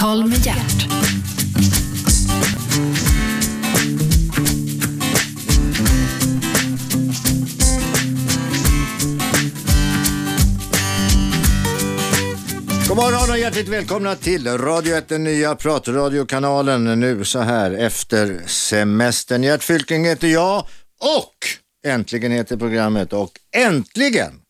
Halv hjärt. God morgon och hjärtligt välkomna till Radio 1, den nya pratradiokanalen nu så här efter semestern. Gert Fylking heter jag och äntligen heter programmet och äntligen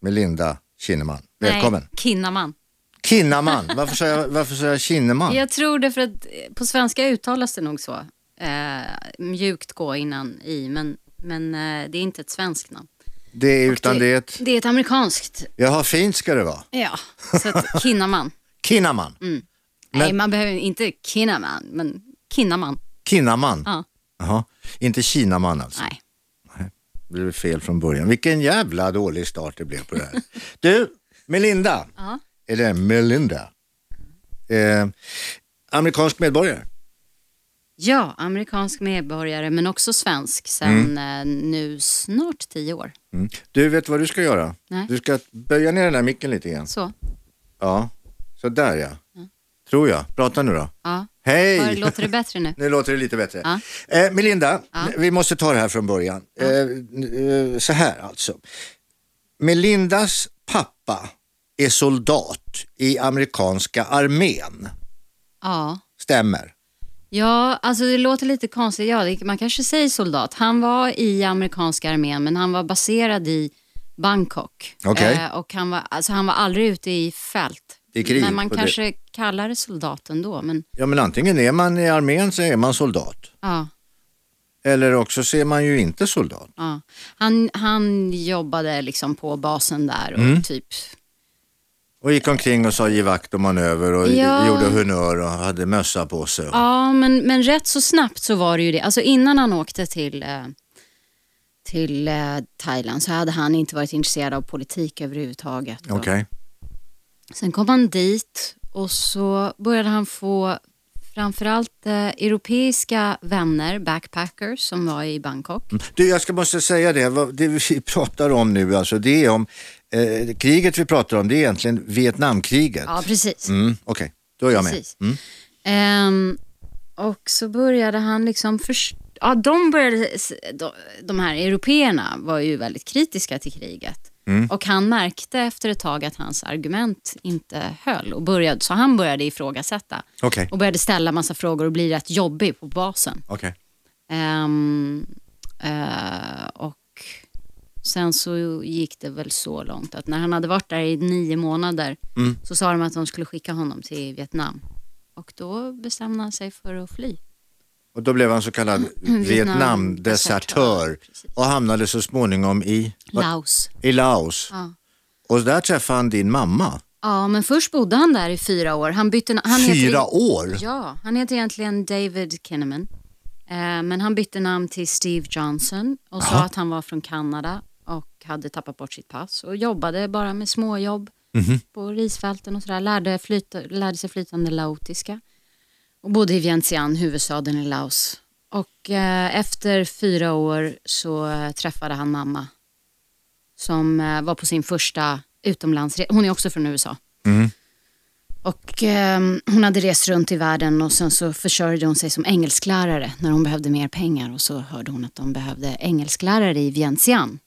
Melinda Kinnaman. Välkommen. Nej, Kinnaman. Kinnaman, varför sa jag, varför sa jag Kinnaman? Jag tror det för att eh, på svenska uttalas det nog så. Eh, mjukt gå innan i, men, men eh, det är inte ett svenskt namn. Det är utan det, är ett- Det är ett amerikanskt. jaha fint ska det vara. Ja. Så att Kinnaman. Kinnaman, Mm. Nej, man behöver inte Kinnaman, men Kinnaman. Kinnaman. Ja, Jaha, inte Kinaman alltså. nej. Det blev fel från början. Vilken jävla dålig start det blev på det här. Du, Melinda. Ja. Eller Melinda. Eh, amerikansk medborgare. ja, amerikansk medborgare, men också svensk sen eh, nu snart tio år. Mm. Du vet vad du ska göra? Nej. Du ska böja ner den där micken lite grann. Så, Ja, så där ja. Mm. Tror jag. Prata nu då. ja. Hej! Var, låter det bättre nu? Nu låter det lite bättre. Ja. Eh, Melinda, Ja. vi måste ta det här från början. Eh, eh, så här alltså. Melindas pappa är soldat i amerikanska armén. Ja. Stämmer. Ja, alltså det låter lite konstigt. Ja, det, man kanske säger soldat. Han var i amerikanska armén, men han var baserad i Bangkok. Okej. Eh, och han var, alltså, han var aldrig ute i fält. I krig Men man och det- kanske kallar det soldat ändå. Men, Ja men antingen är man i armén så är man soldat. ja, Eller också så är man ju inte soldat. ja. Han, han jobbade liksom på basen där och Mm. typ... Och gick omkring och sa ge vakt och manöver och Ja. gjorde honnör och hade mössa på sig. och- Ja, men, men rätt så snabbt så var det ju det. Alltså innan han åkte till, eh, till eh, Thailand så hade han inte varit intresserad av politik överhuvudtaget. Och- Okej. Sen kom han dit och så började han få framförallt eh, europeiska vänner, backpackers, som var i Bangkok. Du, jag ska måste säga det, vad- det vi pratar om nu alltså, det är om, eh, kriget vi pratar om, det är egentligen Vietnamkriget. Ja, precis. Mm, Okej, då är jag med. Mm. Precis. Ehm, och så började han liksom först- Ja, de, började, s- de, de här européerna var ju väldigt kritiska till kriget. Mm. Och han märkte efter ett tag att hans argument inte höll. Och började, så han började ifrågasätta. Okej, Och började ställa massa frågor och bli rätt jobbig på basen. okej. Ehm, eh, och sen så gick det väl så långt att när han hade varit där i nio månader så sa de att de skulle skicka honom till Vietnam. Och då bestämde han sig för att fly. Och då blev han så kallad Vietnamdesertör Mm, Precis. och hamnade så småningom i, Laos. i Laos. Ja. Och där träffade han din mamma. ja, men först bodde han där i fyra år. Han bytte, na- han Fyra heter, år? Ja, han heter egentligen David Kinnaman. Eh, men han bytte namn till Steve Johnson och sa att han var från Kanada och hade tappat bort sitt pass och jobbade bara med småjobb på risfälten och sådär. Lärde, flyta, lärde sig flytande laotiska och bodde i Vientiane, huvudstaden i Laos. Och eh, efter fyra år så eh, träffade han mamma som eh, var på sin första utomlandsresa. Hon är också från USA. Och eh, hon hade rest runt i världen och sen så försörjde hon sig som engelsklärare när hon behövde mer pengar och så hörde hon att de behövde engelsklärare i Vientiane.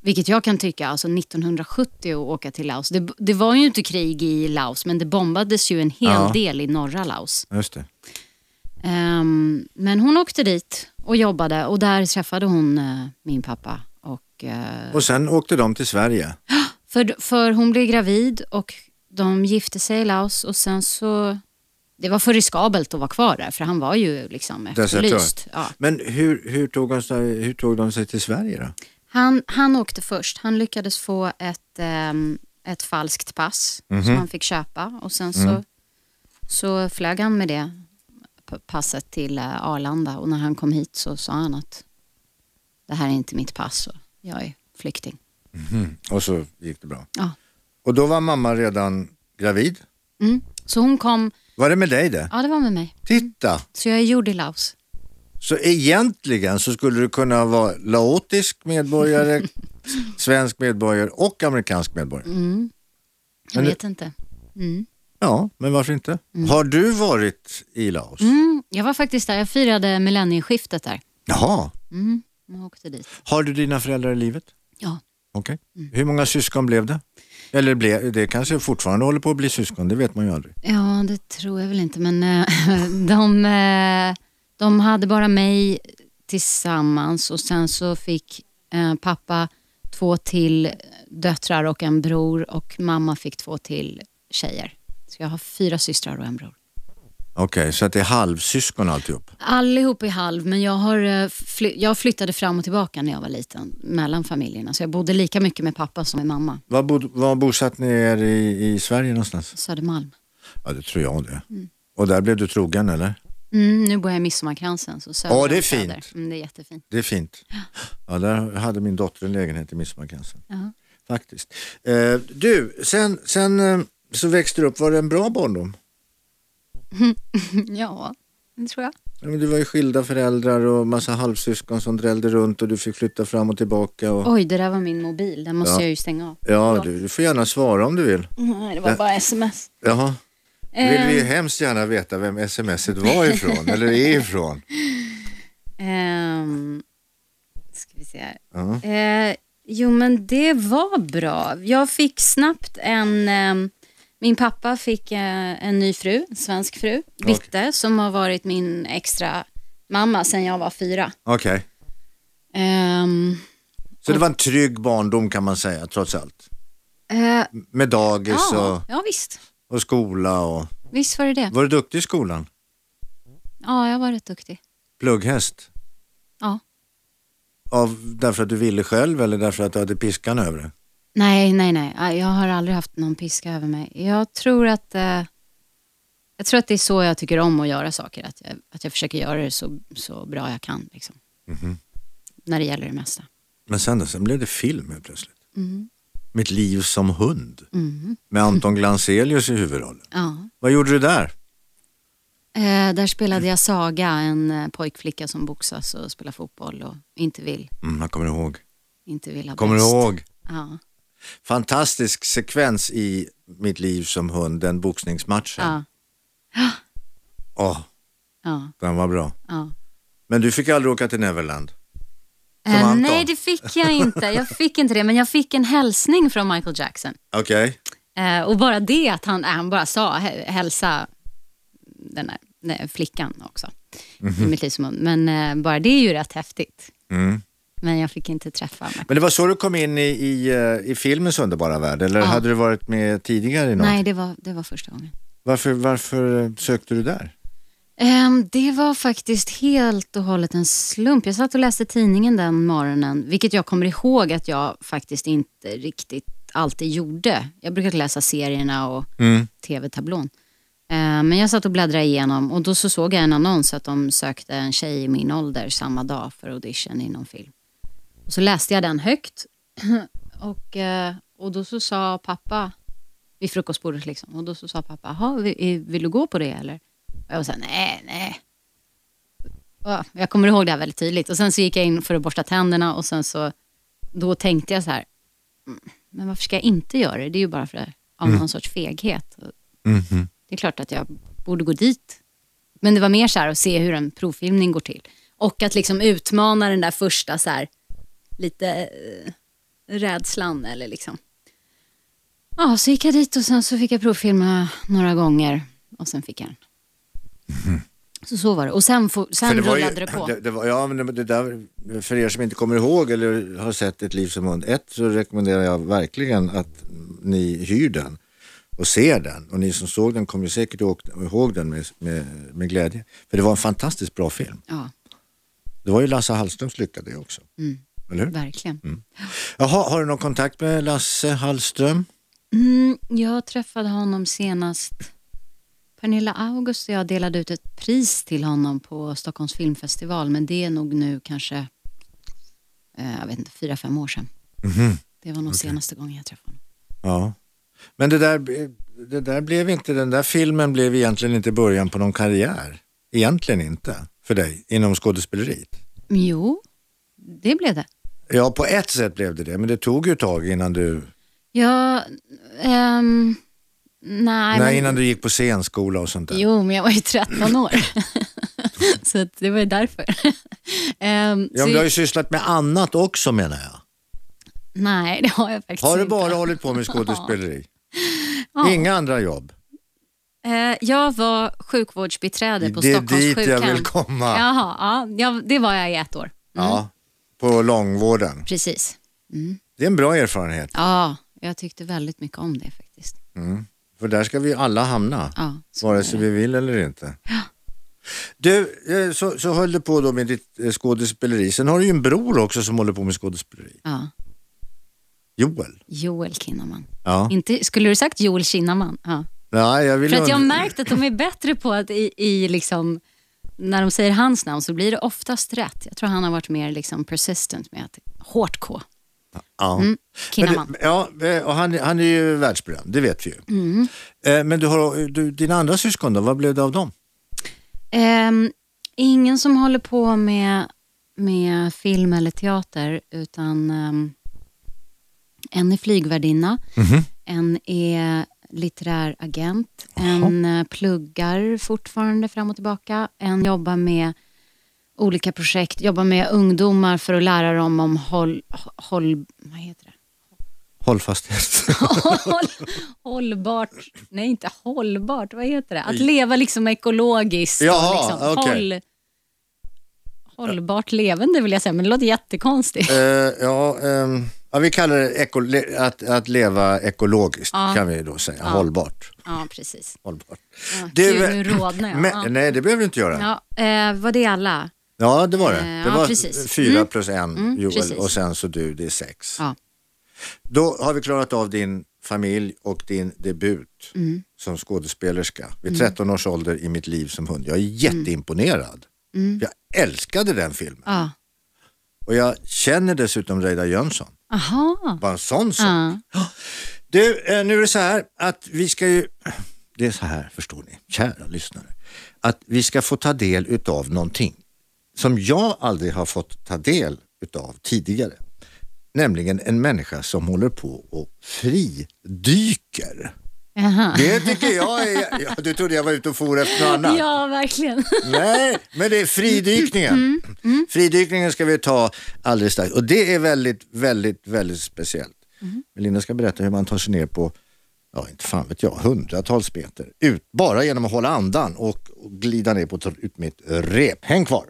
Vilket jag kan tycka, alltså 1970 att åka till Laos. Det, det var ju inte krig i Laos men det bombades ju en hel Ja. del i norra Laos. Just det. Ehm, men hon åkte dit och jobbade och där träffade hon eh, min pappa. Och, eh, Och sen åkte de till Sverige. för, för hon blev gravid och de gifte sig i Laos och sen så... Det var för riskabelt att vara kvar där för han var ju liksom Desertör. efterlyst. Ja. Men hur, hur, tog han, sig- hur tog de sig till Sverige då? Han, han åkte först. Han lyckades få ett, ehm, ett falskt pass som han fick köpa och sen så, så flög han med det p- passet till eh, Arlanda och när han kom hit så sa han att det här är inte mitt pass och jag är flykting. Och så gick det bra. Ja. Och då var mamma redan gravid. Mm. Så hon kom, Var det med dig det? ja det var med mig, Titta! så jag är gjord i Laos. Så egentligen så skulle du kunna vara laotisk medborgare, svensk medborgare och amerikansk medborgare. Mm. Jag Men- vet inte. Mm. Ja, men varför inte? Har du varit i Laos? Mm, jag var faktiskt där, jag firade millennieskiftet där. Jaha, Mm, jag åkte dit. har du dina föräldrar i livet? Ja. Okej. Hur många syskon blev det? Eller blev, det kanske fortfarande håller på att bli syskon, det vet man ju aldrig. ja, det tror jag väl inte, men eh, de, eh, de hade bara mig tillsammans och sen så fick eh, pappa två till döttrar och en bror och mamma fick två till tjejer. Så jag har fyra systrar och en bror. Okej, så att det är halvsyskon alltihop? Allihop är halv, men jag, har, eh, fly- jag flyttade fram och tillbaka när jag var liten mellan familjerna. Så jag bodde lika mycket med pappa som med mamma. Var, bod, var bosatt ni er i, i Sverige någonstans? Södermalm. Ja, det tror jag det. Och där blev du trogen eller? Mm, nu bor jag i Midsommarkransen. Så söder Åh, det är om Söder. fint. Mm, det är jättefint. Det är fint. Ja, där hade min dotter en lägenhet i Midsommarkransen. Ja. Faktiskt. Eh, du, sen, sen eh, så växte du upp, var det en bra barndom? ja, det tror jag. Ja, men du var ju skilda föräldrar och massa halvsyskon som drällde runt och du fick flytta fram och tillbaka. Och... Oj, det där var min mobil. Den måste Ja. jag ju stänga av. Ja, du, du får gärna svara om du vill. Nej, det var bara sms. Jaha. Vill Ehm. vi ju hemskt gärna veta vem smset var ifrån, eller är ifrån. Ehm, ska vi se här. Ja. Eh, jo, men det var bra. Jag fick snabbt en... ehm, min pappa fick eh, en ny fru, en svensk fru, Bitte, som har varit min extra mamma sedan jag var fyra. Okej, Ehm, så det var en trygg barndom kan man säga trots allt. eh, Med dagis ja, ja, visst. och, och skola och... Visst var det det. Var du duktig i skolan? Ja, jag var rätt duktig. Plugghäst? Ja. Av, därför att du ville själv eller därför att du hade piskan över dig? Nej, nej, nej. Ah, Jag har aldrig haft någon piska över mig. Jag tror att, eh, jag tror att det är så jag tycker om att göra saker. Att jag, att jag försöker göra det så, så bra jag kan. Liksom. Mhm. När det gäller det mesta. Men sen, då, sen blev det film helt plötsligt. Mm. Mitt liv som hund Mm. med Anton Glanzelius i huvudrollen. Ja. Vad gjorde du där? Eh, där spelade jag Saga, en eh, pojkflicka som boxas och spelar fotboll och inte vill, Mm, jag kommer ihåg. inte vill ha Kommer du bäst. ihåg? Ja. Fantastisk sekvens i Mitt liv som hund, den boxningsmatchen. Ja. Åh, Ja. den var bra. Ja. Men du fick aldrig åka till Neverland? Som Eh, Anton. nej, det fick jag inte. Jag fick inte det, men jag fick en hälsning från Michael Jackson. Okej. Eh, och bara det att han, han bara sa hä- hälsa den här, den här flickan också. I mitt liv som ung. Men eh, bara det är ju rätt häftigt. Mm. Men jag fick inte träffa honom. Men det var så du kom in i, i, eh, i filmens underbara värld? Eller Ja. hade du varit med tidigare i något? Nej, det var, det var första gången. Varför, varför eh, sökte du där? Ehm, det var faktiskt helt och hållet en slump. Jag satt och läste tidningen den morgonen, vilket jag kommer ihåg att jag faktiskt inte riktigt alltid gjorde. Jag brukade läsa serierna och tv-tablån. Eh, Men jag satt och bläddrade igenom och då så såg jag en annons att de sökte en tjej i min ålder samma dag för audition i någon film. Och så läste jag den högt och, eh, och då så sa pappa vid frukostbordet liksom och då så sa pappa, "Jaha, vi- eh, vill du gå på det eller? Och jag var såhär, nej, nej. Och Jag kommer ihåg det här väldigt tydligt och sen så gick jag in för att borsta tänderna och sen så, då tänkte jag så här, "Mm, men varför ska jag inte göra det? Det är ju bara för, av Mm. någon sorts feghet. Mm-hmm. Det är klart att jag borde gå dit. Men det var mer så här att se hur en provfilmning går till. Och att liksom utmana den där första så här, lite eh, rädslan eller liksom. Ja, så gick jag dit och sen så fick jag provfilma några gånger och sen fick jag den. Så så var det. Och sen, få, sen Mm-hmm. det var rullade ju, det på. Det, det var, ja, men det, det där, för er som inte kommer ihåg eller har sett Ett liv som hund 1 så rekommenderar jag verkligen att ni hyr den och ser den. Och ni som såg den kommer ju säkert ihåg, ihåg den med, med, med glädje. För det var en fantastiskt bra film. Ja, Det var ju Lasse Hallströms lycka det också. Mm. Eller hur? verkligen. Jaha, har du någon kontakt med Lasse Hallström? Mm, jag träffade honom senast. Pernilla August och jag delade ut ett pris till honom på Stockholms filmfestival, men det är nog nu kanske, eh, jag vet inte, fyra, fem år sedan. Det var nog senaste gången jag träffade honom. Ja. Men det där, det där blev inte, den där filmen blev egentligen inte början på någon karriär. Egentligen inte för dig inom skådespeleriet. Mm, Jo, det blev det. Ja, på ett sätt blev det det, men det tog ju ett tag innan du... Jag, ehm, Nej, Nej, men- innan du gick på scenskola och sånt där. Jo, men jag var ju 13 år. så att det var ju därför. Ehm, ja, så men du har ju sysslat med annat också menar jag. Nej, det har jag faktiskt Har du inte. bara hållit på med skådespeleri? Ja. Inga andra jobb? Eh, jag var sjukvårdsbiträde på det är Stockholms dit sjukhem. jag vill komma. Jaha, ja, ja, det var jag i ett år. Ja, på långvården. Precis. Det är en bra erfarenhet, Ja, jag tyckte väldigt mycket om det faktiskt. för där ska vi alla hamna. Ja, så Vare är sig det. vi vill eller inte. Du, eh, så, så höll du på då med ditt eh, skådespeleri. Sen har du ju en bror också som håller på med skådespeleri. ja. Joel. Joel Kinnaman. Ja. Inte, skulle du sagt Joel Kinnaman? Ja. Nej, jag vill För att jag har undra- märkt att de är bättre på att i, i liksom, när de säger hans namn så blir det oftast rätt. Jag tror han har varit mer liksom persistent med att hårt K. ja. Mm. Men Kinnaman. du- ja, eh, och han, han är ju världsberömd, det vet vi ju. Mm. Eh, Men du har, du, dina andra syskon då, vad blev det av dem? Ehm, ingen som håller på med, med film eller teater, utan ehm, en är flygvärdinna, en är litterär agent, en eh, pluggar fortfarande fram och tillbaka, en jobbar med olika projekt, jobbar med ungdomar för att lära dem om håll, håll, vad heter det? Hållfasthet. Håll, hållbart, nej inte hållbart, vad heter det? Att leva liksom ekologiskt. och Jaha, liksom, okej. håll, hållbart levande vill jag säga, men det låter jättekonstigt. Eh, ja, ehm, ja, vi kallar det eko, le, att, att leva ekologiskt kan vi då säga. Hållbart. Ja, precis. Hållbart. Ja, Du, Gud, eh, nu rodnar jag. Men, nej, det behöver du inte göra. Ja, ja. Ja, eh, var det alla? det var det. Eh, Det ja, var precis. fyra Mm. plus en Mm, Joel precis. och sen så du, det är sex. Ja. Då har vi klarat av din familj och din debut Mm. som skådespelerska vid 13 års ålder i mitt liv som hund. Jag är Mm. jätteimponerad. Jag älskade den filmen Ja. och jag känner dessutom Reidar Jönsson. Aha. Bara en sån sak. Ja. Du, eh, nu är det så här att vi ska ju... Det är så här, förstår ni, kära lyssnare. Att vi ska få ta del utav någonting som jag aldrig har fått ta del utav tidigare. Nämligen en människa som håller på och fridyker. Jaha. Det tycker jag är... Ja, du trodde jag var ute och for efter något annat. Ja, verkligen. Nej, men det är fridykningen. Fridykningen ska vi ta alldeles strax. Och det är väldigt, väldigt, väldigt speciellt. Melinda ska berätta hur man tar sig ner på, ja inte fan vet jag, hundratals meter. Ut, bara genom att hålla andan och, och glida ner på ett- ut med ett rep. Häng kvar.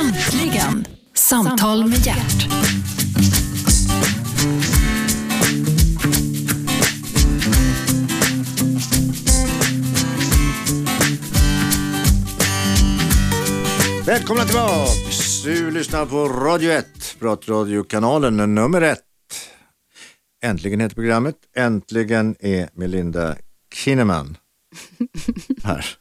Äntligen! Samtal med hjärt. Välkomna tillbaks! Du lyssnar på Radio 1, pratradiokanalen nummer 1. Äntligen heter programmet. Äntligen är Melinda Kinnaman här.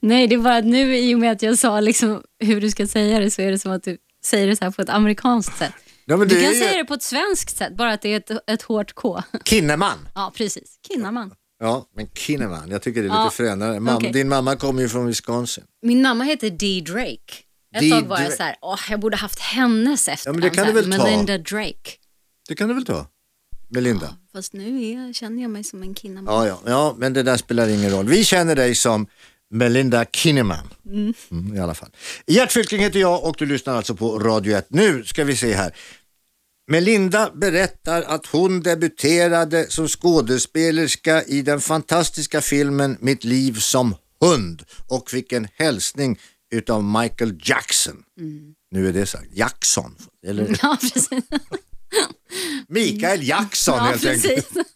Nej, det är bara att nu i och med att jag sa liksom hur du ska säga det så är det som att du säger det så här på ett amerikanskt sätt. Ja, men Du det kan är ju- säga det på ett svenskt sätt, bara att det är ett, ett hårt K. Kinnaman! Ja, precis. Kinnaman. Ja, men Kinnaman, jag tycker det är lite Ja, fränare. Mam- okej. Din mamma kommer ju från Wisconsin. Min mamma heter Dee Drake. Ett Dee tag var jag Dra- så här, åh, jag borde haft hennes efternamn. det kan så här, du väl ta. Melinda Drake. Det kan du väl ta? Melinda? Fast nu är, jag- känner jag mig som en kinnaman. Ja, ja, ja, men det där spelar ingen roll. Vi känner dig som Melinda Kinnaman. Mm, I alla fall. Gert Fylking heter jag och du lyssnar alltså på Radio 1. Nu ska vi se här. Melinda berättar att hon debuterade som skådespelerska i den fantastiska filmen Mitt liv som hund och fick en hälsning utav Michael Jackson. Mm. Nu är det sagt, Jackson, eller Ja, precis. Mikael Jackson Ja, helt enkelt. precis.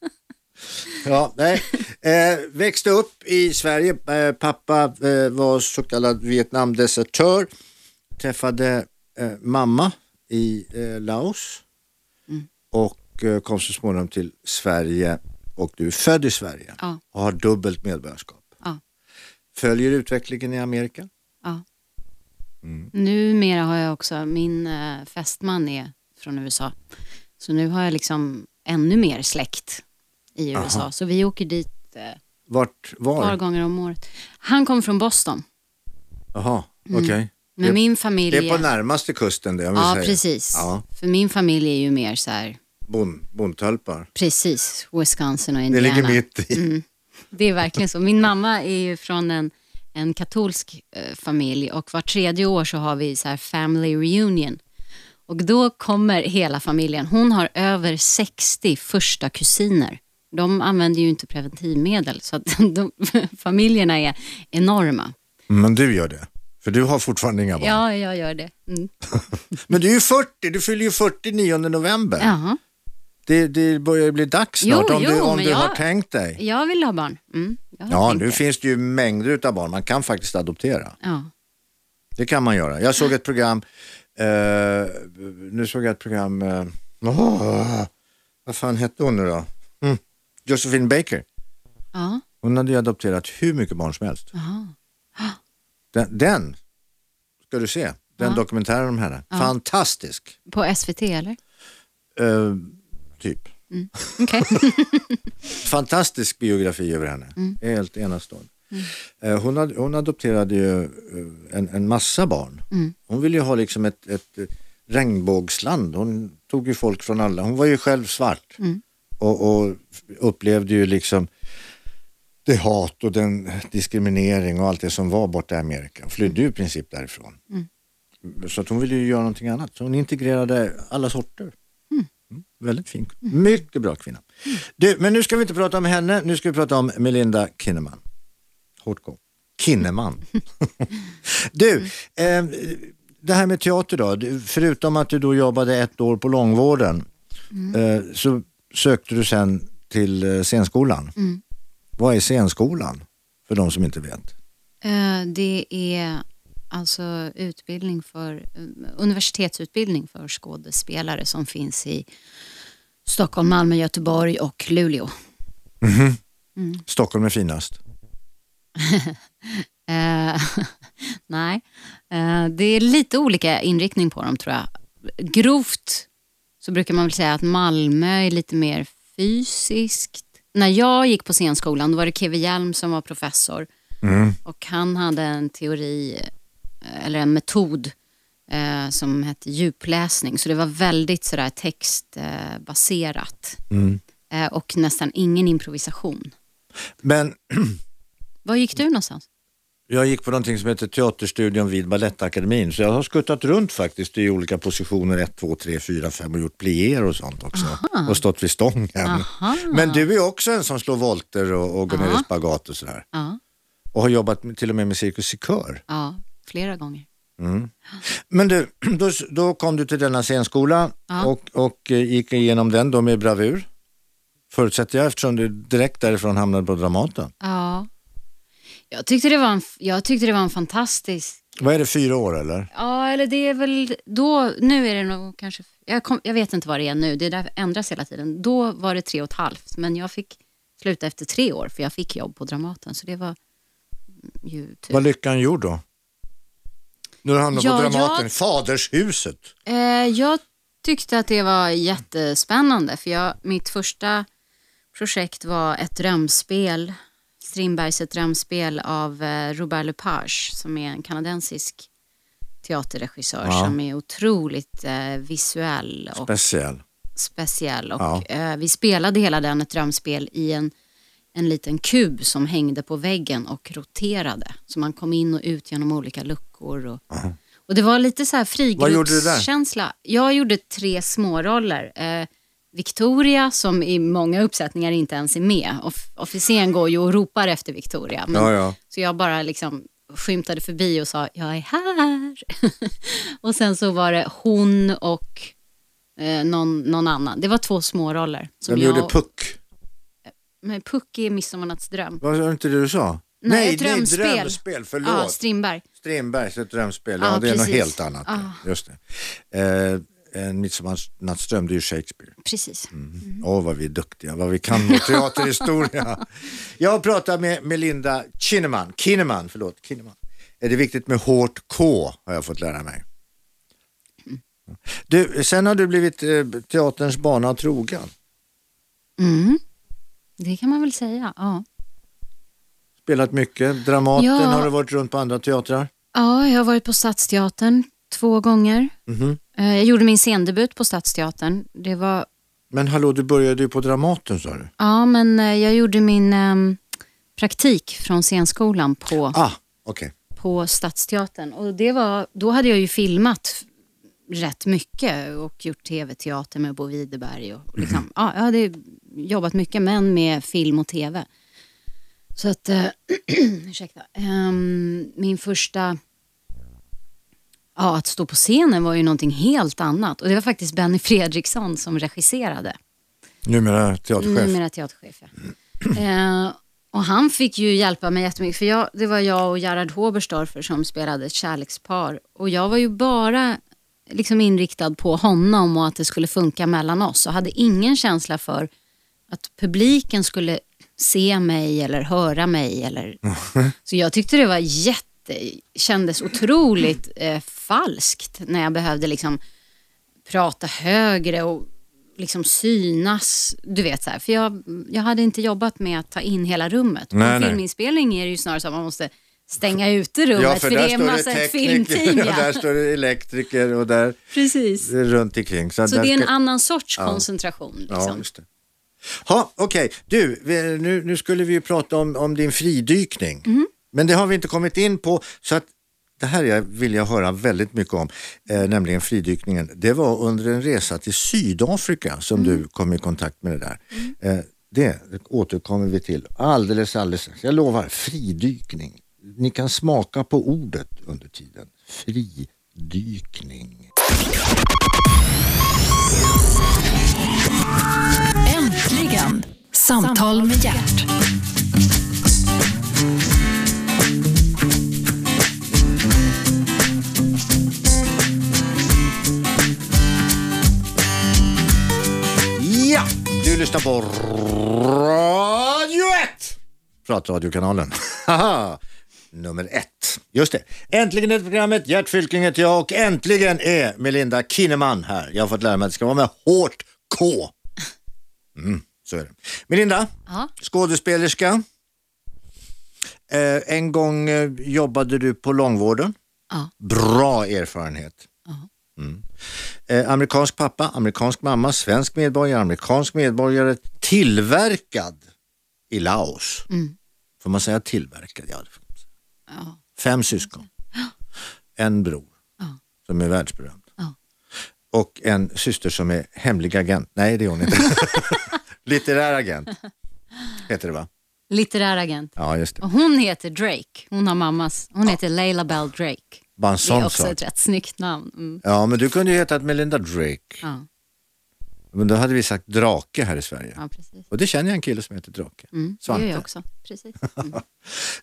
Ja, nej. Eh, växte upp i Sverige. Eh, pappa eh, var så kallad Vietnamdesertör. Träffade eh, mamma i eh, Laos. Mm. Och eh, kom så småningom till Sverige. Och du är född i Sverige Ja. och har dubbelt medborgarskap. Ja. Följer utvecklingen i Amerika? Ja. Numera har jag också, min eh, fästman är från USA. Så nu har jag liksom ännu mer släkt i USA. Så vi åker dit eh, ett Vart, var? par gånger om året. Han kom från Boston. Jaha, okej. Men Det- min familj... Det är på närmaste kusten det, om vi Ja, säger. precis. Ja, För min familj är ju mer så här, bon, bondtölpar. precis, Wisconsin och Det Indiana. ligger mitt i. Mm. Det är verkligen så. Min mamma är ju från en, en katolsk eh, familj och var tredje år så har vi så här family reunion. Och då kommer hela familjen. Hon har över 60 första kusiner. De använder ju inte preventivmedel så att de, familjerna är enorma. Men du gör det. För du har fortfarande inga barn. Ja, jag gör det. Mm. Men du är ju 40, du fyller ju 40 9 november. Jaha. Det, det börjar bli dags snart Jo, om jo, du, om men du har jag- tänkt dig. Jag vill ha barn. Mm. jag har Ja, tänkt nu det. finns det ju mängder utav barn. Man kan faktiskt adoptera. ja. Det kan man göra. Jag såg ett program, eh, nu såg jag ett program, eh, åh, vad fan hette hon nu då? Mm. Josephine Baker. Ja, Hon hade ju adopterat hur mycket barn som helst. jaha. Den, den ska du se, den dokumentären om henne. Fantastisk, På SVT eller? eh, typ. Okej. fantastisk biografi över henne. Helt enastående. Eh, Hon, ad, hon adopterade ju eh, en, en massa barn. Hon ville ju ha liksom ett, ett eh, regnbågsland. Hon tog ju folk från alla. Hon var ju själv svart och, och upplevde ju liksom det hat och den diskriminering och allt det som var borta i Amerika. Hon flydde ju i princip därifrån. Så att hon ville ju göra någonting annat. Så hon integrerade alla sorter. Mm, Väldigt fin. Mycket bra kvinna. Du, men nu ska vi inte prata om henne, nu ska vi prata om Melinda Kinnaman. Hårt K. Kinnaman. du, eh, det här med teater då. Du, Förutom att du då jobbade ett år på långvården eh, så sökte du sen till eh, scenskolan. Vad är scenskolan? För de som inte vet. Eh, Det är alltså utbildning för, eh, universitetsutbildning för skådespelare som finns i Stockholm, Malmö, Göteborg och Luleå. Stockholm är finast. Eh, nej, Eh, det är lite olika inriktning på dem tror jag. Grovt så brukar man väl säga att Malmö är lite mer fysiskt. När jag gick på scenskolan då var det Keve Hjelm som var professor och han hade en teori eh, eller en metod eh, som hette djupläsning så det var väldigt sådär textbaserat eh, och nästan ingen improvisation. Men Var gick du någonstans? Jag gick på någonting som heter Teaterstudion vid Balettakademin så jag har skuttat runt faktiskt i olika positioner 1, 2, 3, 4, 5 och gjort pliéer och sånt också. Och stått vid stången. Aha. Men du är också en som slår volter och, och går ner i Ja. spagat och sådär. Ja. och Och har jobbat med, till och med med Cirkus i kör. Ja, flera gånger. Men du, då, då kom du till denna scenskola Ja. och, och eh, gick igenom den då med bravur. Förutsätter jag eftersom du direkt därifrån hamnade på Dramaten. Ja. Jag tyckte det var en, jag tyckte det var en fantastisk... Vad är det, fyra år eller? Ja, eller det är väl då... Nu är det nog kanske... Jag, kom, jag vet inte vad det är nu, det där ändras hela tiden. Då var det tre och ett halvt, men jag fick sluta efter tre år för jag fick jobb på Dramaten, så det var ju typ- tur. Vad lyckan gjorde då? Nu har du hamnat Ja, på jag- Dramaten, Fadershuset. Eh, jag tyckte att det var jättespännande för jag, mitt första projekt var ett drömspel, Strindbergs ett drömspel av eh, Robert Lepage som är en kanadensisk teaterregissör Ja. som är otroligt eh, visuell och Speciell. speciell. Och, Ja. eh, vi spelade hela den ett drömspel i en, en liten kub som hängde på väggen och roterade. Så man kom in och ut genom olika luckor. Och, och det var lite så här Vad gjorde du där? frigruppskänsla. Jag gjorde tre småroller. Eh, Victoria som i många uppsättningar inte ens är med. Off- Officeren går ju och ropar efter Victoria. Men, Ja, ja. Så jag bara liksom skymtade förbi och sa jag är här. och sen så var det hon och eh, någon, någon annan. Det var två små roller. Som Vem jag, gjorde Puck? Men Puck är Midsommarnatts dröm. Vad var det inte det du sa? ett drömspel. Nej, drömspel, förlåt. Ja, Strindberg. Strindbergs ett drömspel, ja, Ja, det är något precis. Ah. helt annat. det. Just det. Eh, en midsommarnattsdröm, det är ju Shakespeare. Precis. Mm. Åh, vad vi är duktiga, vad vi kan vår teaterhistoria. Jag har pratat med Melinda Kinnaman, Kinnaman, förlåt, Kinnaman. Är det viktigt med hårt K, har jag fått lära mig. Du, sen har du blivit eh, teaterns bana trogen. Mm. Det kan man väl säga. Ja. Spelat mycket, Dramaten Ja. har du varit runt på andra teatrar. Ja, jag har varit på Stadsteatern två gånger. Mhm. Eh, Jag gjorde min scendebut på Stadsteatern. Det var, Men hallå, du började ju på Dramaten sa du? ja, men eh, jag gjorde min ehm, praktik från scenskolan på, Ah, okej. på Stadsteatern. Och det var, då hade jag ju filmat rätt mycket och gjort tv-teater med Bo Widerberg. Och och liksom, ja, jag hade jobbat mycket, men med film och tv. Så att, eh, ursäkta, Ehm, min första... Ja, att stå på scenen var ju någonting helt annat. Och det var faktiskt Benny Fredriksson som regisserade. Numera teaterchef. Numera teaterchef, ja. eh, och han fick ju hjälpa mig jättemycket. För jag, det var jag och Gerhard Hoberstorfer som spelade ett kärlekspar. Och jag var ju bara liksom inriktad på honom och att det skulle funka mellan oss. Och hade ingen känsla för att publiken skulle se mig eller höra mig. Eller... Så jag tyckte det var jätte kändes otroligt eh, falskt när jag behövde liksom prata högre och liksom synas. Du vet så här, för jag, jag hade inte jobbat med att ta in hela rummet. På Nej, en nej. filminspelning är det ju snarare så att man måste stänga ute rummet Ja, för, för, där det är en står massa det ett tekniker filmteam. och där Ja. står det elektriker och där Precis. runt omkring. Så, Så där det är en ska- annan sorts koncentration. Ja, Liksom. just det. Ha, okej. Du, vi- nu, nu skulle vi ju prata om, om din fridykning. Men det har vi inte kommit in på. Så att det här jag vill jag höra väldigt mycket om, eh, nämligen fridykningen. Det var under en resa till Sydafrika som du kom i kontakt med det där. Eh, det återkommer vi till alldeles, alldeles strax. Jag lovar, fridykning. Ni kan smaka på ordet under tiden. Fridykning. Äntligen! Samtal med hjärt. Ja, du lyssnar på Radio 1! Pratradiokanalen. Haha, Nummer ett. Just det. Äntligen är programmet. Gert Fylking heter jag och äntligen är Melinda Kinnaman här. Jag har fått lära mig att det ska vara med hårt K. Mm, så är det. Melinda, Ja. skådespelerska. Eh, en gång eh, jobbade du på långvården. Ja. Bra erfarenhet. Mm. Eh, amerikansk pappa, amerikansk mamma, svensk medborgare, amerikansk medborgare, tillverkad i Laos. Får man säga tillverkad? Ja, det får man säga. Mm. Ja. Fem syskon. En bror Ja. som är världsberömd. Ja. Och en syster som är hemlig agent. Nej, det är hon inte. Litterär agent heter det va? Litterär agent. Ja, just det. Och hon heter Drake. Hon har mammas. Hon heter Leila Bell Drake. Bara en Det är sån också sak. ett rätt snyggt namn. Mm. Ja, men du kunde ju hetat Melinda Drake. Ja, Men då hade vi sagt drake här i Sverige. ja, precis. Och det känner jag en kille som heter Drake. Mm. Det gör Svante. jag också. Precis. Mm.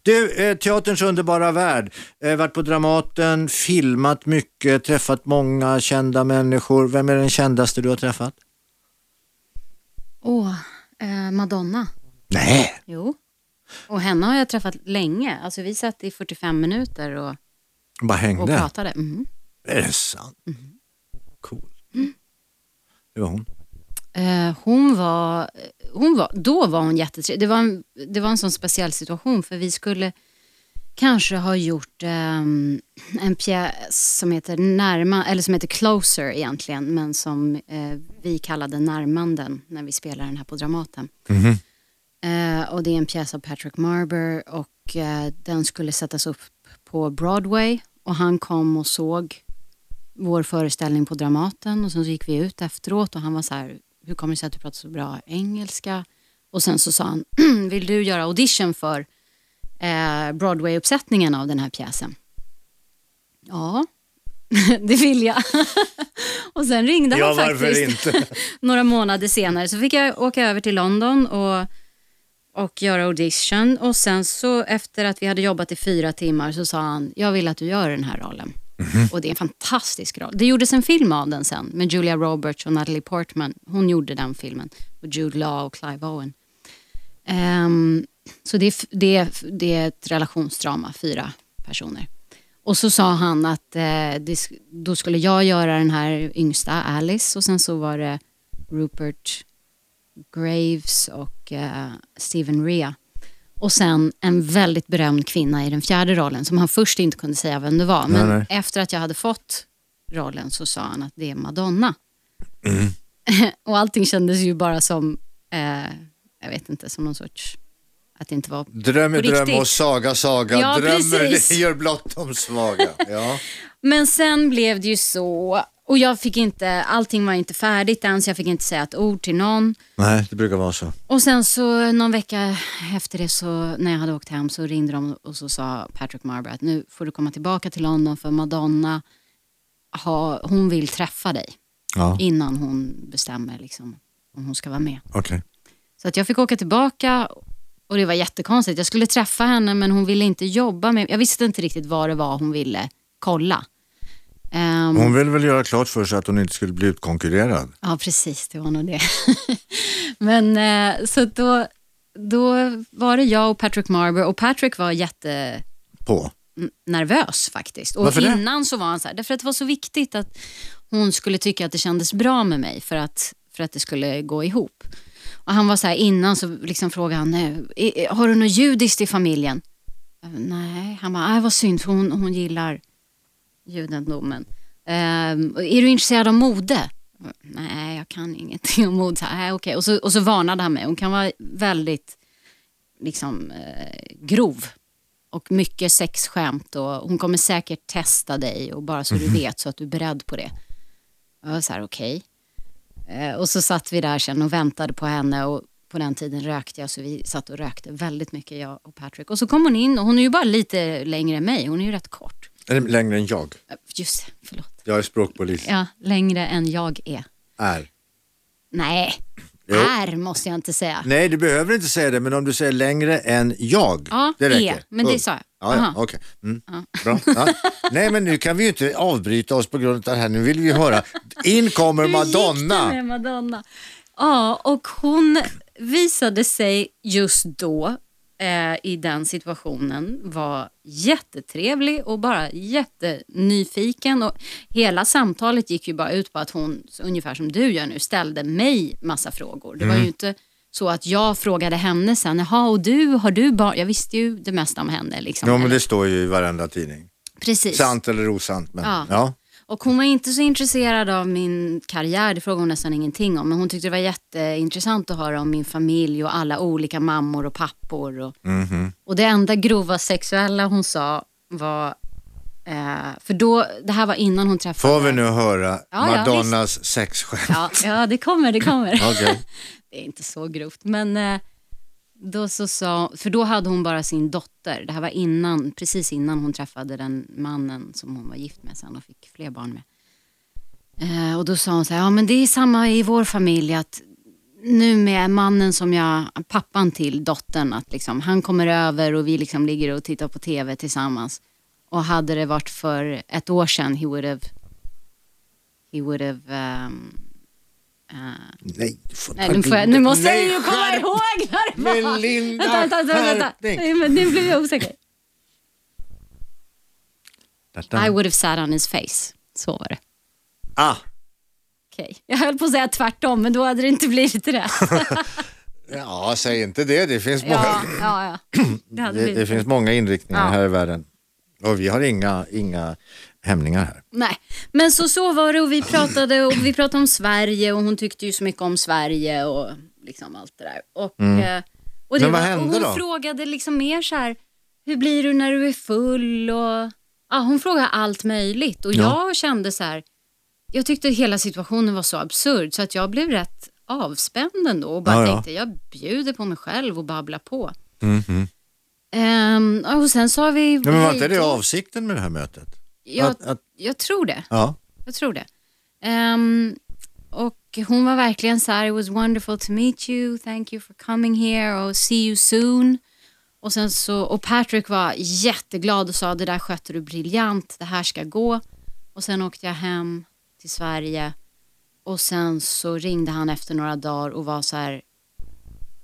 Du, eh, teaterns underbara värld. Eh, varit på Dramaten, filmat mycket, träffat många kända människor. Vem är den kändaste du har träffat? Åh, eh, Madonna. Nej! Jo. Och henne har jag träffat länge. Alltså vi satt i 45 minuter och, Bara och Mm. hängde. pratade. Mm. Är det sant? Cool. Det var hon. Eh, hon var, hon var, då var hon jättetrevlig. Det var, en, det var en sån speciell situation för vi skulle kanske ha gjort ehm, en pjäs som heter, Närma, eller som heter Closer egentligen, men som eh, vi kallade Närmanden när vi spelade den här på Dramaten. Eh, och det är en pjäs av Patrick Marber och eh, den skulle sättas upp på Broadway och han kom och såg vår föreställning på Dramaten och sen så gick vi ut efteråt och han var så här, hur kommer det sig att du pratar så bra engelska? Och sen så sa han, vill du göra audition för eh, Broadway-uppsättningen av den här pjäsen? Ja, det vill jag. och sen ringde han faktiskt inte? några månader senare så fick jag åka över till London och, och göra audition. Och sen så efter att vi hade jobbat i fyra timmar så sa han, jag vill att du gör den här rollen. Och det är en fantastisk roll. Det gjordes en film av den sen med Julia Roberts och Natalie Portman. Hon gjorde den filmen. Och Jude Law och Clive Owen. Ehm, så det är, f- det, är, f- det är ett relationsdrama, fyra personer. Och så sa han att eh, det, sk- då skulle jag göra den här yngsta, Alice, och sen så var det Rupert Graves och eh, Stephen Rea. Och sen en väldigt berömd kvinna i den fjärde rollen som han först inte kunde säga vem det var. Men Nej, nej. efter att jag hade fått rollen så sa han att det är Madonna. och allting kändes ju bara som, eh, jag vet inte, som någon sorts, att det inte var Dröm är På dröm riktigt. och saga saga. Ja, Drömmer precis. det gör blott de svaga. Ja. Men sen blev det ju så, och jag fick inte, allting var inte färdigt än så jag fick inte säga ett ord till någon. Nej, det brukar vara så. Och sen så någon vecka efter det så när jag hade åkt hem så ringde de och så sa Patrick Marbury att nu får du komma tillbaka till London för Madonna, ha, hon vill träffa dig Ja, innan hon bestämmer liksom, om hon ska vara med. okej. Så att jag fick åka tillbaka och det var jättekonstigt. Jag skulle träffa henne men hon ville inte jobba med Jag visste inte riktigt vad det var hon ville kolla. Ehm, Hon vill väl göra klart för sig att hon inte skulle bli utkonkurrerad. Ja, precis. Det var nog det. Men eh, så att då, då var det jag och Patrick Marber och Patrick var jättenervös På. faktiskt. Och Varför det? innan så var han så här, därför att det var så viktigt att hon skulle tycka att det kändes bra med mig för att, för att det skulle gå ihop. Och han var så här innan så liksom frågade han, "Eh, har du något judiskt i familjen? Jag bara, Nej, han bara, "Aj, vad synd för hon, hon gillar judendomen. Ehm, är du intresserad av mode? Jag bara, Nej, jag kan ingenting om mode. Så här, "Nej, okej." och, så, och så varnade han mig. Hon kan vara väldigt liksom, eh, grov och mycket sexskämt. Och hon kommer säkert testa dig och bara så du vet så att du är beredd på det. Jag var så här, okej. Eh, och så satt vi där sen och väntade på henne. Och på den tiden rökte jag, så vi satt och rökte väldigt mycket, jag och Patrick. Och så kom hon in, och hon är ju bara lite längre än mig. Hon är ju rätt kort. Eller längre än jag. Eh, Just det, förlåt. Jag är språkpolis. Ja, längre än jag är. Är. Nej, Jo. är måste jag inte säga. Nej, du behöver inte säga det, men om du säger längre än jag. Ja, det räcker. är, men det Punkt. sa jag. Ja, ja, Aha. okej. Mm. Bra. Ja. Nej, men nu kan vi ju inte avbryta oss på grund av det här. Nu vill vi höra. In kommer Hur gick det Madonna. med Madonna? Ja, och hon visade sig just då eh, i den situationen vara jättetrevlig och bara jättenyfiken. Och hela samtalet gick ju bara ut på att hon, ungefär som du gör nu, ställde mig massa frågor. Det var Mm. ju inte så att jag frågade henne sen, jaha och du, har du barn? Jag visste ju det mesta om henne. Liksom. Ja, men det står ju i varenda tidning. Precis. Sant eller osant, men ja. Ja. Och hon var inte så intresserad av min karriär, det frågade hon nästan ingenting om. Men hon tyckte det var jätteintressant att höra om min familj och alla olika mammor och pappor. Och, och det enda grova sexuella hon sa var, eh, för då, det här var innan hon träffade... Får vi nu höra ja, Madonnas sexskämt? Ja, ja det kommer, det kommer. Okej. Det är inte så grovt, men eh, då så sa, för då hade hon bara sin dotter. Det här var innan, precis innan hon träffade den mannen som hon var gift med sen och fick fler barn med. Eh, och då sa hon så här, ja men det är samma i vår familj att nu med mannen som jag, pappan till dottern, att liksom, han kommer över och vi liksom ligger och tittar på tv tillsammans. Och hade det varit för ett år sedan, he would have, he would have ehm, eh, Nej, du får Nej, ta nu, får jag, bilden. nu måste jag Nej, ju komma skärp ihåg när det var. Melinda, vänta, vänta, vänta, skärpning. vänta. Nej, men Nu blev jag osäker. I Detta. would have sat on his face. Så var det. Ah, Okej. Jag höll på att säga tvärtom, men då hade det inte blivit rätt. ja, säg inte det. Det finns många. Ja, ja, ja. Det hade Det, det blivit. finns många inriktningar Ja. här i världen. Och vi har inga, inga hämningar här. Nej. Men så, så var det och vi pratade och vi pratade om Sverige och hon tyckte ju så mycket om Sverige och liksom allt det där. Och, eh, och det Mm. Men vad var, hände och hon då? frågade liksom mer så här, hur blir du när du är full? Och, ja, hon frågade allt möjligt och Ja. jag kände så här, jag tyckte hela situationen var så absurd så att jag blev rätt avspänd ändå och bara Ja, ja. tänkte jag bjuder på mig själv och babblar på. Ehm, och sen sa vi Mm-hmm. Nej, men var inte hej det då. avsikten med det här mötet? jag, Att, att, jag tror det. ja. Jag tror det. Ehm, och hon var verkligen så här, it was wonderful to meet you, thank you for coming here och see you soon. Och, sen så, och Patrick var jätteglad och sa, det där skötte du briljant, det här ska gå. Och sen åkte jag hem till Sverige och sen så ringde han efter några dagar och var så här,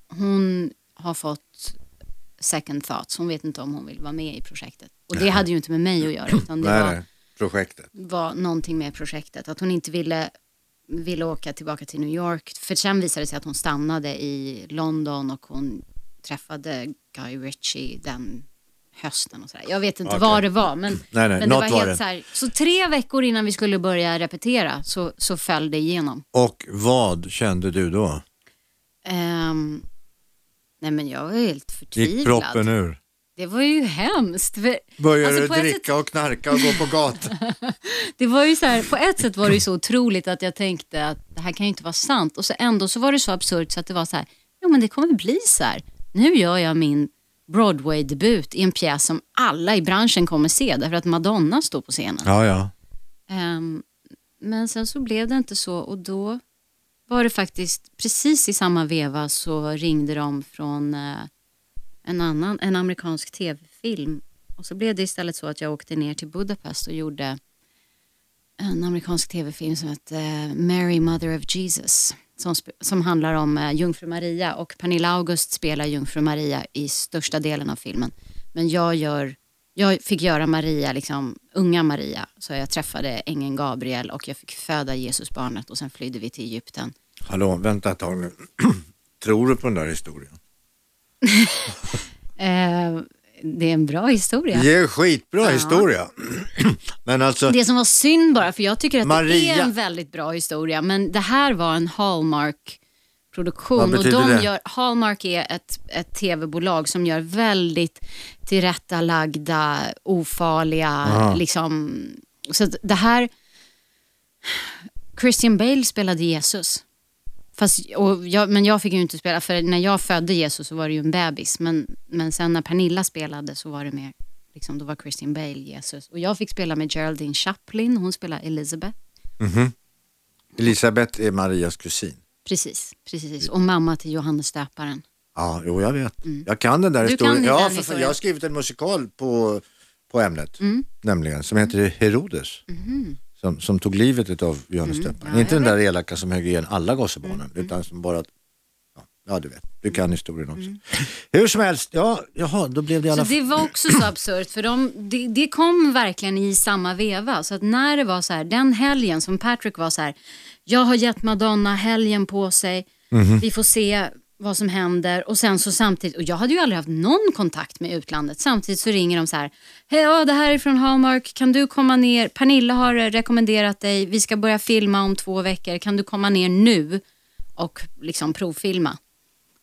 hon har fått second thoughts, hon vet inte om hon vill vara med i projektet. Och det hade ju inte med mig att göra, utan det Nej, var nej, projektet. var någonting med projektet. Att hon inte ville, ville åka tillbaka till New York. För sen visade det sig att hon stannade i London och hon träffade Guy Ritchie den hösten och sådär. Jag vet inte Okej. vad det var men, Nej, nej, men det något var var helt det. så här. Så tre veckor innan vi skulle börja repetera så, så föll det igenom. Och vad kände du då? Ehm, nej men jag var helt förtvivlad. Gick proppen ur? Det var ju hemskt. För, Började alltså, du på ett dricka och knarka och gå på gatan? Det var ju så här, på ett sätt var det ju så otroligt att jag tänkte att det här kan ju inte vara sant. Och så ändå så var det så absurt så att det var så här, jo men det kommer bli så här. Nu gör jag min Broadway-debut i en pjäs som alla i branschen kommer se därför att Madonna står på scenen. ja, ja. Ehm, men sen så blev det inte så och då var det faktiskt precis i samma veva så ringde de från eh, en annan, en amerikansk tv-film. Och så blev det istället så att jag åkte ner till Budapest och gjorde en amerikansk tv-film som hette eh, Mary Mother of Jesus. Som, sp- som handlar om eh, Jungfru Maria och Pernilla August spelar Jungfru Maria i största delen av filmen. Men jag, gör, jag fick göra Maria, liksom unga Maria. Så jag träffade ängeln Gabriel och jag fick föda Jesusbarnet och sen flydde vi till Egypten. Hallå, vänta ett tag nu. Tror du på den där historien? Eh, det är en bra historia. Det är en skitbra historia. Men alltså, Det som var synd bara, för jag tycker att Maria. det är en väldigt bra historia, men det här var en Hallmark-produktion. Vad betyder och de det? Gör, Hallmark är ett, ett tv-bolag som gör väldigt tillrättalagda, ofarliga, liksom. Så att det här, Christian Bale spelade Jesus. Fast, och jag, men jag fick ju inte spela, för när jag födde Jesus så var det ju en bebis. Men, men sen när Pernilla spelade så var det mer, liksom, då var Christian Bale Jesus. Och jag fick spela med Geraldine Chaplin, hon spelar Elizabeth. Elisabeth är Marias kusin. Precis, precis. Och mamma till Johannes Döparen. Ja, jo jag vet. Jag kan den där Mm. Du kan historien. den ja, där för, för historien. jag har skrivit en musikal på, på ämnet, Mm. nämligen, som heter Herodes. Mhm. Som, som tog livet av Johannes Mm. Döparen. Inte den där elaka som högg igen alla gossebarnen, utan som bara... Ja, ja, du vet, du kan historien också. Hur som helst, ja, jaha, då blev det i alla Mm. Så fall... det var också så absurt, för de, det, det kom verkligen i samma veva. Så att när det var så här, den helgen som Patrick var så här, jag har gett Madonna helgen på sig, Mhm. vi får se vad som händer och sen så samtidigt, och jag hade ju aldrig haft någon kontakt med utlandet, samtidigt så ringer de så här, hej, ja, det här är från Hallmark, kan du komma ner, Pernilla har eh, rekommenderat dig, vi ska börja filma om två veckor, kan du komma ner nu och liksom provfilma?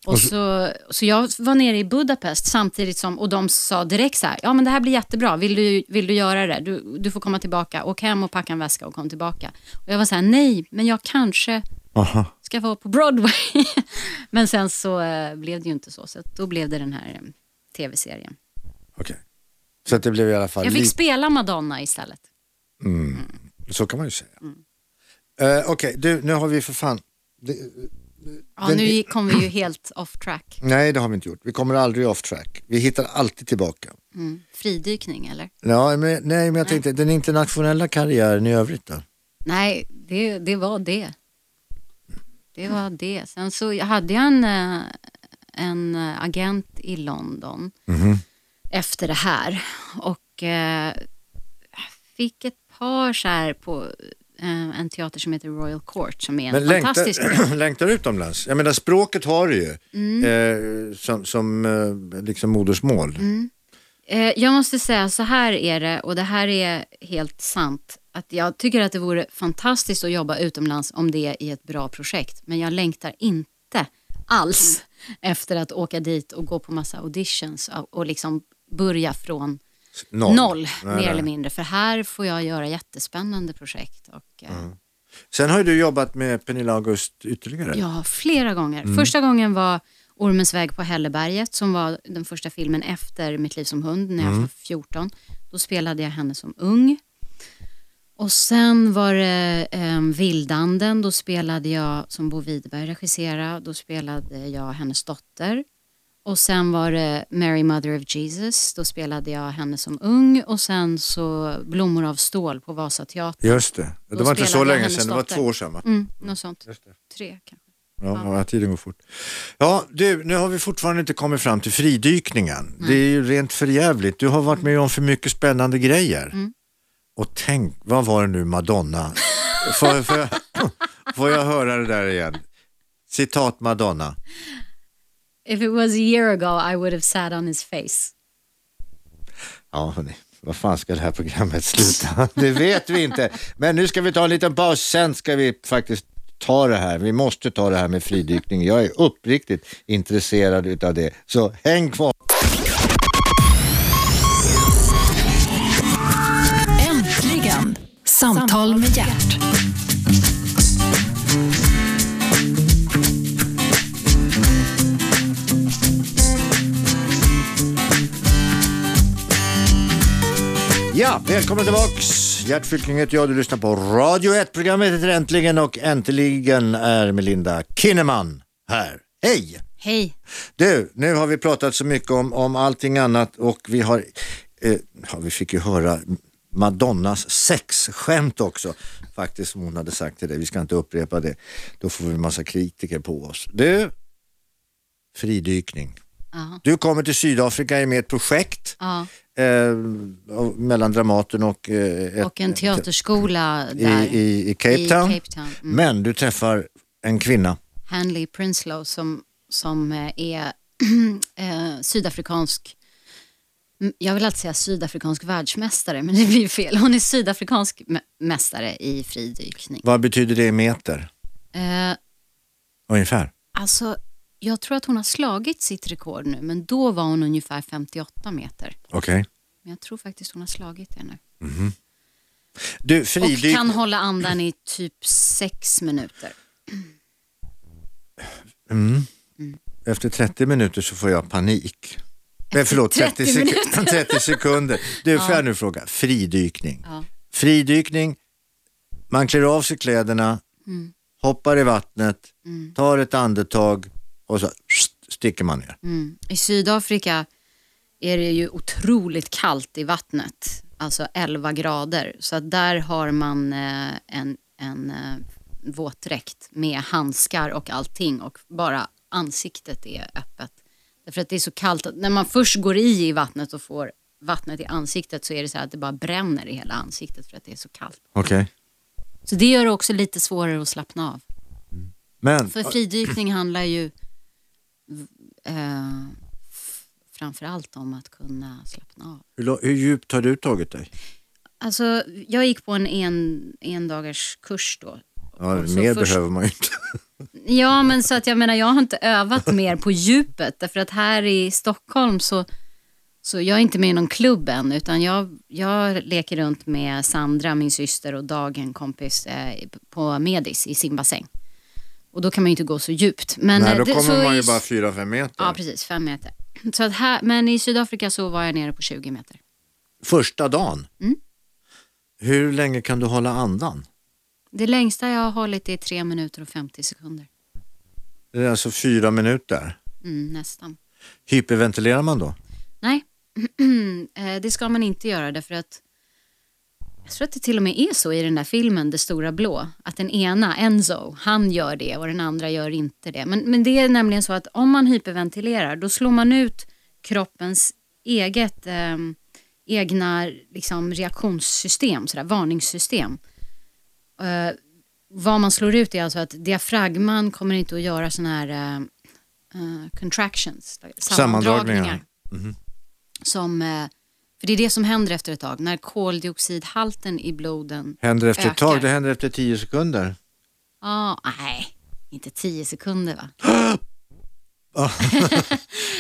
Och så, så jag var nere i Budapest samtidigt som, och de sa direkt så här, ja men det här blir jättebra, vill du, vill du göra det? Du, du får komma tillbaka, åk hem och packa en väska och kom tillbaka. Och jag var så här, nej, men jag kanske Aha. ska vara på Broadway. men sen så eh, blev det ju inte så, så att då blev det den här eh, tv-serien. Okej. Så att det blev i alla fall Jag fick lite- spela Madonna istället. Så kan man ju säga. Mm. Eh, Okej, du, nu har vi för fan... Det, Ja, Den- nu gick- kom vi ju helt off track. nej, det har vi inte gjort. Vi kommer aldrig off track. Vi hittar alltid tillbaka. Mm. Fridykning eller? Ja, men, nej, men jag tänkte den internationella karriären i övrigt då? Nej, det, det var det. Det var det. Sen så hade jag en, eh, en eh, agent i London Mhm. efter det här. Och eh, fick ett par så här på eh, en teater som heter Royal Court som är en Men fantastisk längtar, längtar utomlands? Jag menar språket har du ju Mm. eh, som, som eh, liksom modersmål. Eh, jag måste säga, så här är det och det här är helt sant. Att jag tycker att det vore fantastiskt att jobba utomlands om det är i ett bra projekt. Men jag längtar inte alls Mm. efter att åka dit och gå på massa auditions och, och liksom börja från Noll. noll, Nej, mer nej. eller mindre. För här får jag göra jättespännande projekt. Och, Mm. eh, Sen har ju du jobbat med Pernilla August ytterligare. Ja, flera gånger. Första gången var Ormens väg på Hälleberget som var den första filmen efter Mitt liv som hund när jag var 14. Då spelade jag henne som ung. Och sen var det eh, Vildanden, då spelade jag, som Bo Widerberg regisserade, då spelade jag hennes dotter. Och sen var det Mary Mother of Jesus, då spelade jag henne som ung. Och sen så Blommor av stål på Vasateatern. Just det, det Då var inte så spelade jag länge hennes sedan, det var dotter. två år sedan va? Mm, något sånt. Tre kanske. Ja, ja, tiden går fort. Ja, du, nu har vi fortfarande inte kommit fram till fridykningen. Det är ju rent förjävligt. Du har varit med om för mycket spännande grejer. Och tänk, vad var det nu Madonna? får, får, jag, får jag höra det där igen? Citat Madonna. If it was a year ago I would have sat on his face. Ja, hörni. Vad fan ska det här programmet sluta? Det vet vi inte. Men nu ska vi ta en liten paus, sen ska vi faktiskt ta det här. Vi måste ta det här med fridykning. Jag är uppriktigt intresserad utav det. Så häng kvar. Äntligen! Samtal med hjärt. Ja, välkomna tillbaks. Gert Fylking heter jag, du lyssnar på Radio 1. Programmet heter Äntligen och äntligen är Melinda Kinnaman här. Hej! Hej. Du, nu har vi pratat så mycket om, om allting annat och vi har, eh, ja, vi fick ju höra Madonnas sexskämt också. Faktiskt som hon hade sagt till dig, vi ska inte upprepa det. Då får vi en massa kritiker på oss. Du, fridykning. Ja. Du kommer till Sydafrika är med i ett projekt Ja. eh, av- mellan Dramaten och, eh, ett, Och en teaterskola i, där. i, i Cape I Town. Cape Town, mm. Men du träffar en kvinna. Hanley Prinslow som, som eh, är eh, sydafrikansk, m- jag vill alltid säga sydafrikansk världsmästare, men det blir fel. Hon är sydafrikansk mä- mästare i fridykning. Vad betyder det i meter Eh, ungefär? alltså, jag tror att hon har slagit sitt rekord nu, men då var hon ungefär 58 meter. Okej. Men jag tror faktiskt hon har slagit det nu. Du, Och fridyk... kan hålla andan i typ sex minuter. Efter 30 minuter så får jag panik. Nej, förlåt, 30, 30 sek- minuter. 30 sekunder. Du, får jag nu fråga, fridykning. Ja. Fridykning, man klär av sig kläderna, Mm. hoppar i vattnet, tar ett andetag och så st- sticker man ner. Mm. I Sydafrika är det ju otroligt kallt i vattnet, alltså 11 grader. Så att där har man eh, en, en eh, våtdräkt med handskar och allting och bara ansiktet är öppet. Därför att det är så kallt att när man först går i i vattnet och får vattnet i ansiktet så är det så här att det bara bränner i hela ansiktet för att det är så kallt. Okej. Så det gör det också lite svårare att slappna av. Men, För fridykning handlar ju eh, f- framför allt om att kunna slappna av. hur, lo- hur djupt har du tagit dig? Alltså, jag gick på en, en, en dagars kurs då. Ja, Och så mer först- behöver man ju inte. Ja, men så att jag menar, jag har inte övat mer på djupet. Därför att här i Stockholm så, så jag är inte med i någon klubb än. Utan jag, jag leker runt med Sandra, min syster och Dag, en kompis, eh, på Medis i simbassäng. Och då kan man ju inte gå så djupt. Men, Nej, eh, då det- så kommer man i- ju bara 4-5 meter. Ja, precis. Fem meter. Så att här, men i Sydafrika så var jag nere på 20 meter. Första dagen. Mm. Hur länge kan du hålla andan? Det längsta jag har hållit är 3 minuter och 50 sekunder. Det är alltså fyra minuter. Mm, nästan. Hyperventilerar man då? Nej, Eh, det ska man inte göra därför att jag tror att det till och med är så i den där filmen Det stora blå, att den ena, Enzo, han gör det och den andra gör inte det. Men, men det är nämligen så att om man hyperventilerar då slår man ut kroppens eget, ehm, egna liksom, reaktionssystem, sådär, varningssystem. Eh, vad man slår ut är alltså att diafragman kommer inte att göra sådana här eh, eh, contractions, sammandragningar som, eh, för det är det som händer efter ett tag, när koldioxidhalten i bloden Händer efter ett tag? Ökar. Det händer efter tio sekunder. Ja, nej, inte 10 sekunder va?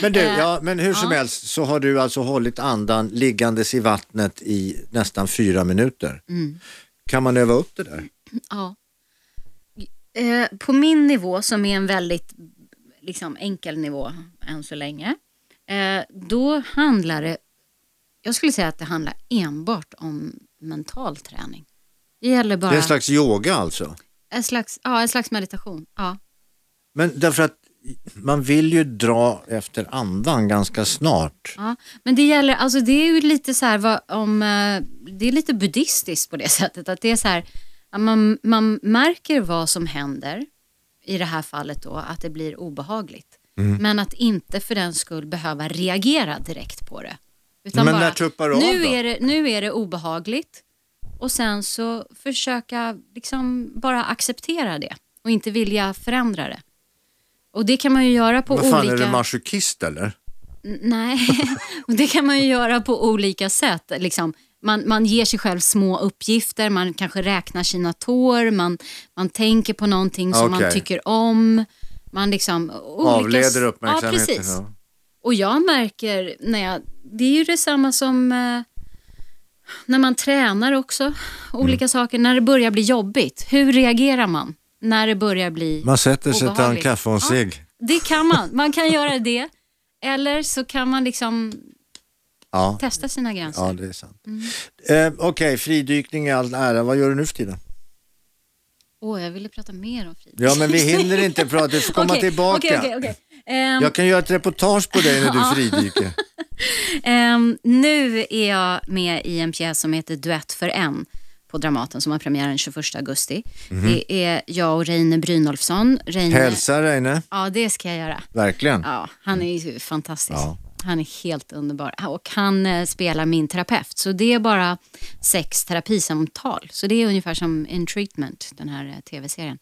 Men du, ja, men hur som Eh, ja. helst så har du alltså hållit andan liggandes i vattnet i nästan fyra minuter. Mm. Kan man öva upp det där? Ja. Eh, på min nivå, som är en väldigt liksom, enkel nivå än så länge, eh, då handlar det, jag skulle säga att det handlar enbart om mental träning. Det gäller bara Det är en slags yoga alltså. en slags, ja, en slags meditation. Ja. Men därför att man vill ju dra efter andan ganska snart. Ja, men det gäller, alltså det är ju lite så här, vad, om, eh, det är lite buddhistiskt på det sättet att det är så här, att man, man märker vad som händer, i det här fallet då, att det blir obehagligt. Mm. Men att inte för den skull behöva reagera direkt på det. Utan Men när tuppar du av nu då? är, det, nu är det obehagligt och sen så försöka liksom bara acceptera det och inte vilja förändra det. Och Och det kan man ju göra på Vad fan, olika... är du masochist eller? N- Nej, och det kan man ju göra på olika sätt. Liksom, man, man ger sig själv små uppgifter, man kanske räknar sina tår, man, man tänker på någonting som Okej. man tycker om. Man liksom, olika... Avleder uppmärksamheten. Ja, precis. ja. Och jag märker, när jag, det är ju detsamma som eh, när man tränar också, olika Mm. saker. När det börjar bli jobbigt, hur reagerar man? När det börjar bli Man sätter sig, tar en Obehagligt. kaffe och en Ja. cigg. Det kan man, man kan göra det. Eller så kan man liksom Ja. testa sina gränser. ja, det är sant. Mm. Eh, Okej, fridykning är all ära. Vad gör du nu för tiden? Åh, jag ville prata mer om frid. Ja, men vi hinner inte prata. Du får komma Okej, tillbaka. okej, okej, okej. Ehm, Jag kan göra ett reportage på dig när du fridyker. ehm, nu är jag med i en pjäs som heter Duett för en på Dramaten som har premiär den 21 augusti. Mhm. Det är jag och Reine Brynolfsson. Reine, Hälsa Reine, Ja, det ska jag göra. verkligen. Ja, han är ju fantastisk. Ja. Han är helt underbar. Och han eh, spelar min terapeut. Så det är bara sex terapisamtal. Så det är ungefär som In Treatment, den här eh, tv-serien.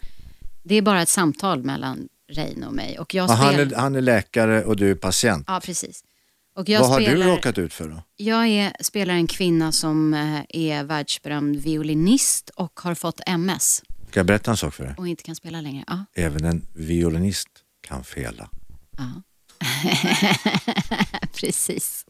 Det är bara ett samtal mellan Rein och mig. Och jag Ja, han, spelar... är, han är läkare och du är patient. Ja, precis. Och jag Vad har spelar... du råkat ut för då? Jag är, spelar en kvinna som eh, är världsberömd violinist och har fått MS Ska jag berätta en sak för dig? och inte kan spela längre. Ja, Även en violinist kan fela. ja. precis.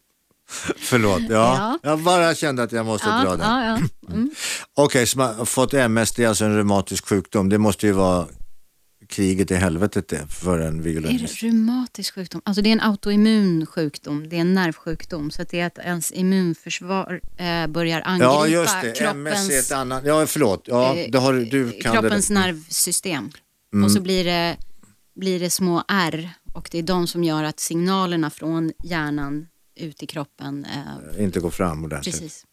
Förlåt, ja. Ja. Jag bara kände att jag måste dra Ja, den. ja, ja. Mm. Okej, så man har fått MS, det är alltså en reumatisk sjukdom. Det måste ju vara kriget i helvetet det, för en Är det violinist. reumatisk sjukdom? Alltså det är en autoimmun sjukdom, det är en nervsjukdom. Så att det är att ens immunförsvar eh, börjar angripa Ja, just det. MS är ett kroppens, annat... Ja, förlåt. Ja, eh, det har, du kan det. Mm. kroppens nervsystem. Och så blir det, blir det små R och det är de som gör att signalerna från hjärnan ut i kroppen, eh, Inte gå fram ordentligt. precis.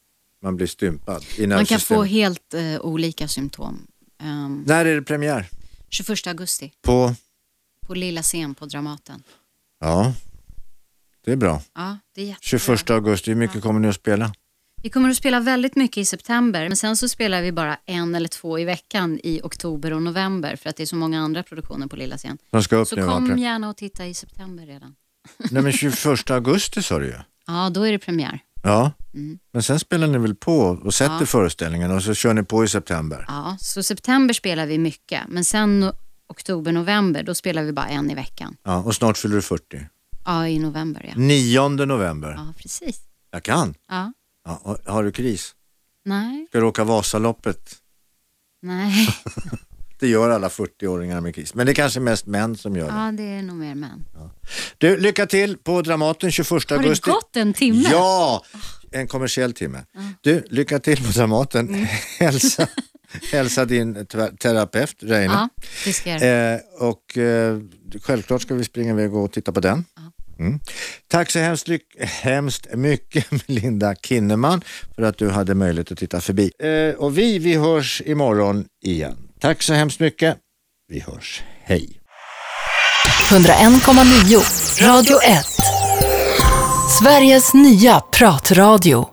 Man blir stympad i Man kan nervsystemet. få helt eh, olika symptom. Ehm, När är det premiär? 21 augusti På? på Lilla scen på Dramaten. Ja, det är bra. Ja, det är jättebra. 21 augusti, hur mycket kommer ni att spela? Vi kommer att spela väldigt mycket i september, men sen så spelar vi bara en eller två i veckan i oktober och november för att det är så många andra produktioner på lilla scen. De ska upp Så nu va? kom Pre- gärna och titta i september redan. Nej men 21 augusti sa du ju. Ja, då är det premiär. Ja, Mm. men sen spelar ni väl på och sätter Ja. föreställningen och så kör ni på i september. Ja, så september spelar vi mycket, men sen o- oktober, november, då spelar vi bara en i veckan. Ja, och snart fyller du 40. Ja, i november ja. 9 november. Ja, precis. Jag kan. Ja, Ja, och har du kris? nej, Ska du åka Vasaloppet? nej. Det gör alla 40-åringar med kris. Men det är kanske mest män som gör det. Ja, det är nog mer män. Du, lycka till på Dramaten 21 Har det augusti. gått en timme? Ah. Ja, en kommersiell timme. Du, lycka till på Dramaten. Mm. Hälsa, hälsa din tver- terapeut Reine. Ja, det ska jag göra. Eh, och eh, självklart ska vi springa iväg och titta på den. Mm. Tack så hemskt, lyck- hemskt mycket Melinda Kinneman för att du hade möjlighet att titta förbi. Eh, och vi, vi hörs imorgon igen. Tack så hemskt mycket. Vi hörs. Hej. 101,9 Radio 1. Sveriges nya pratradio.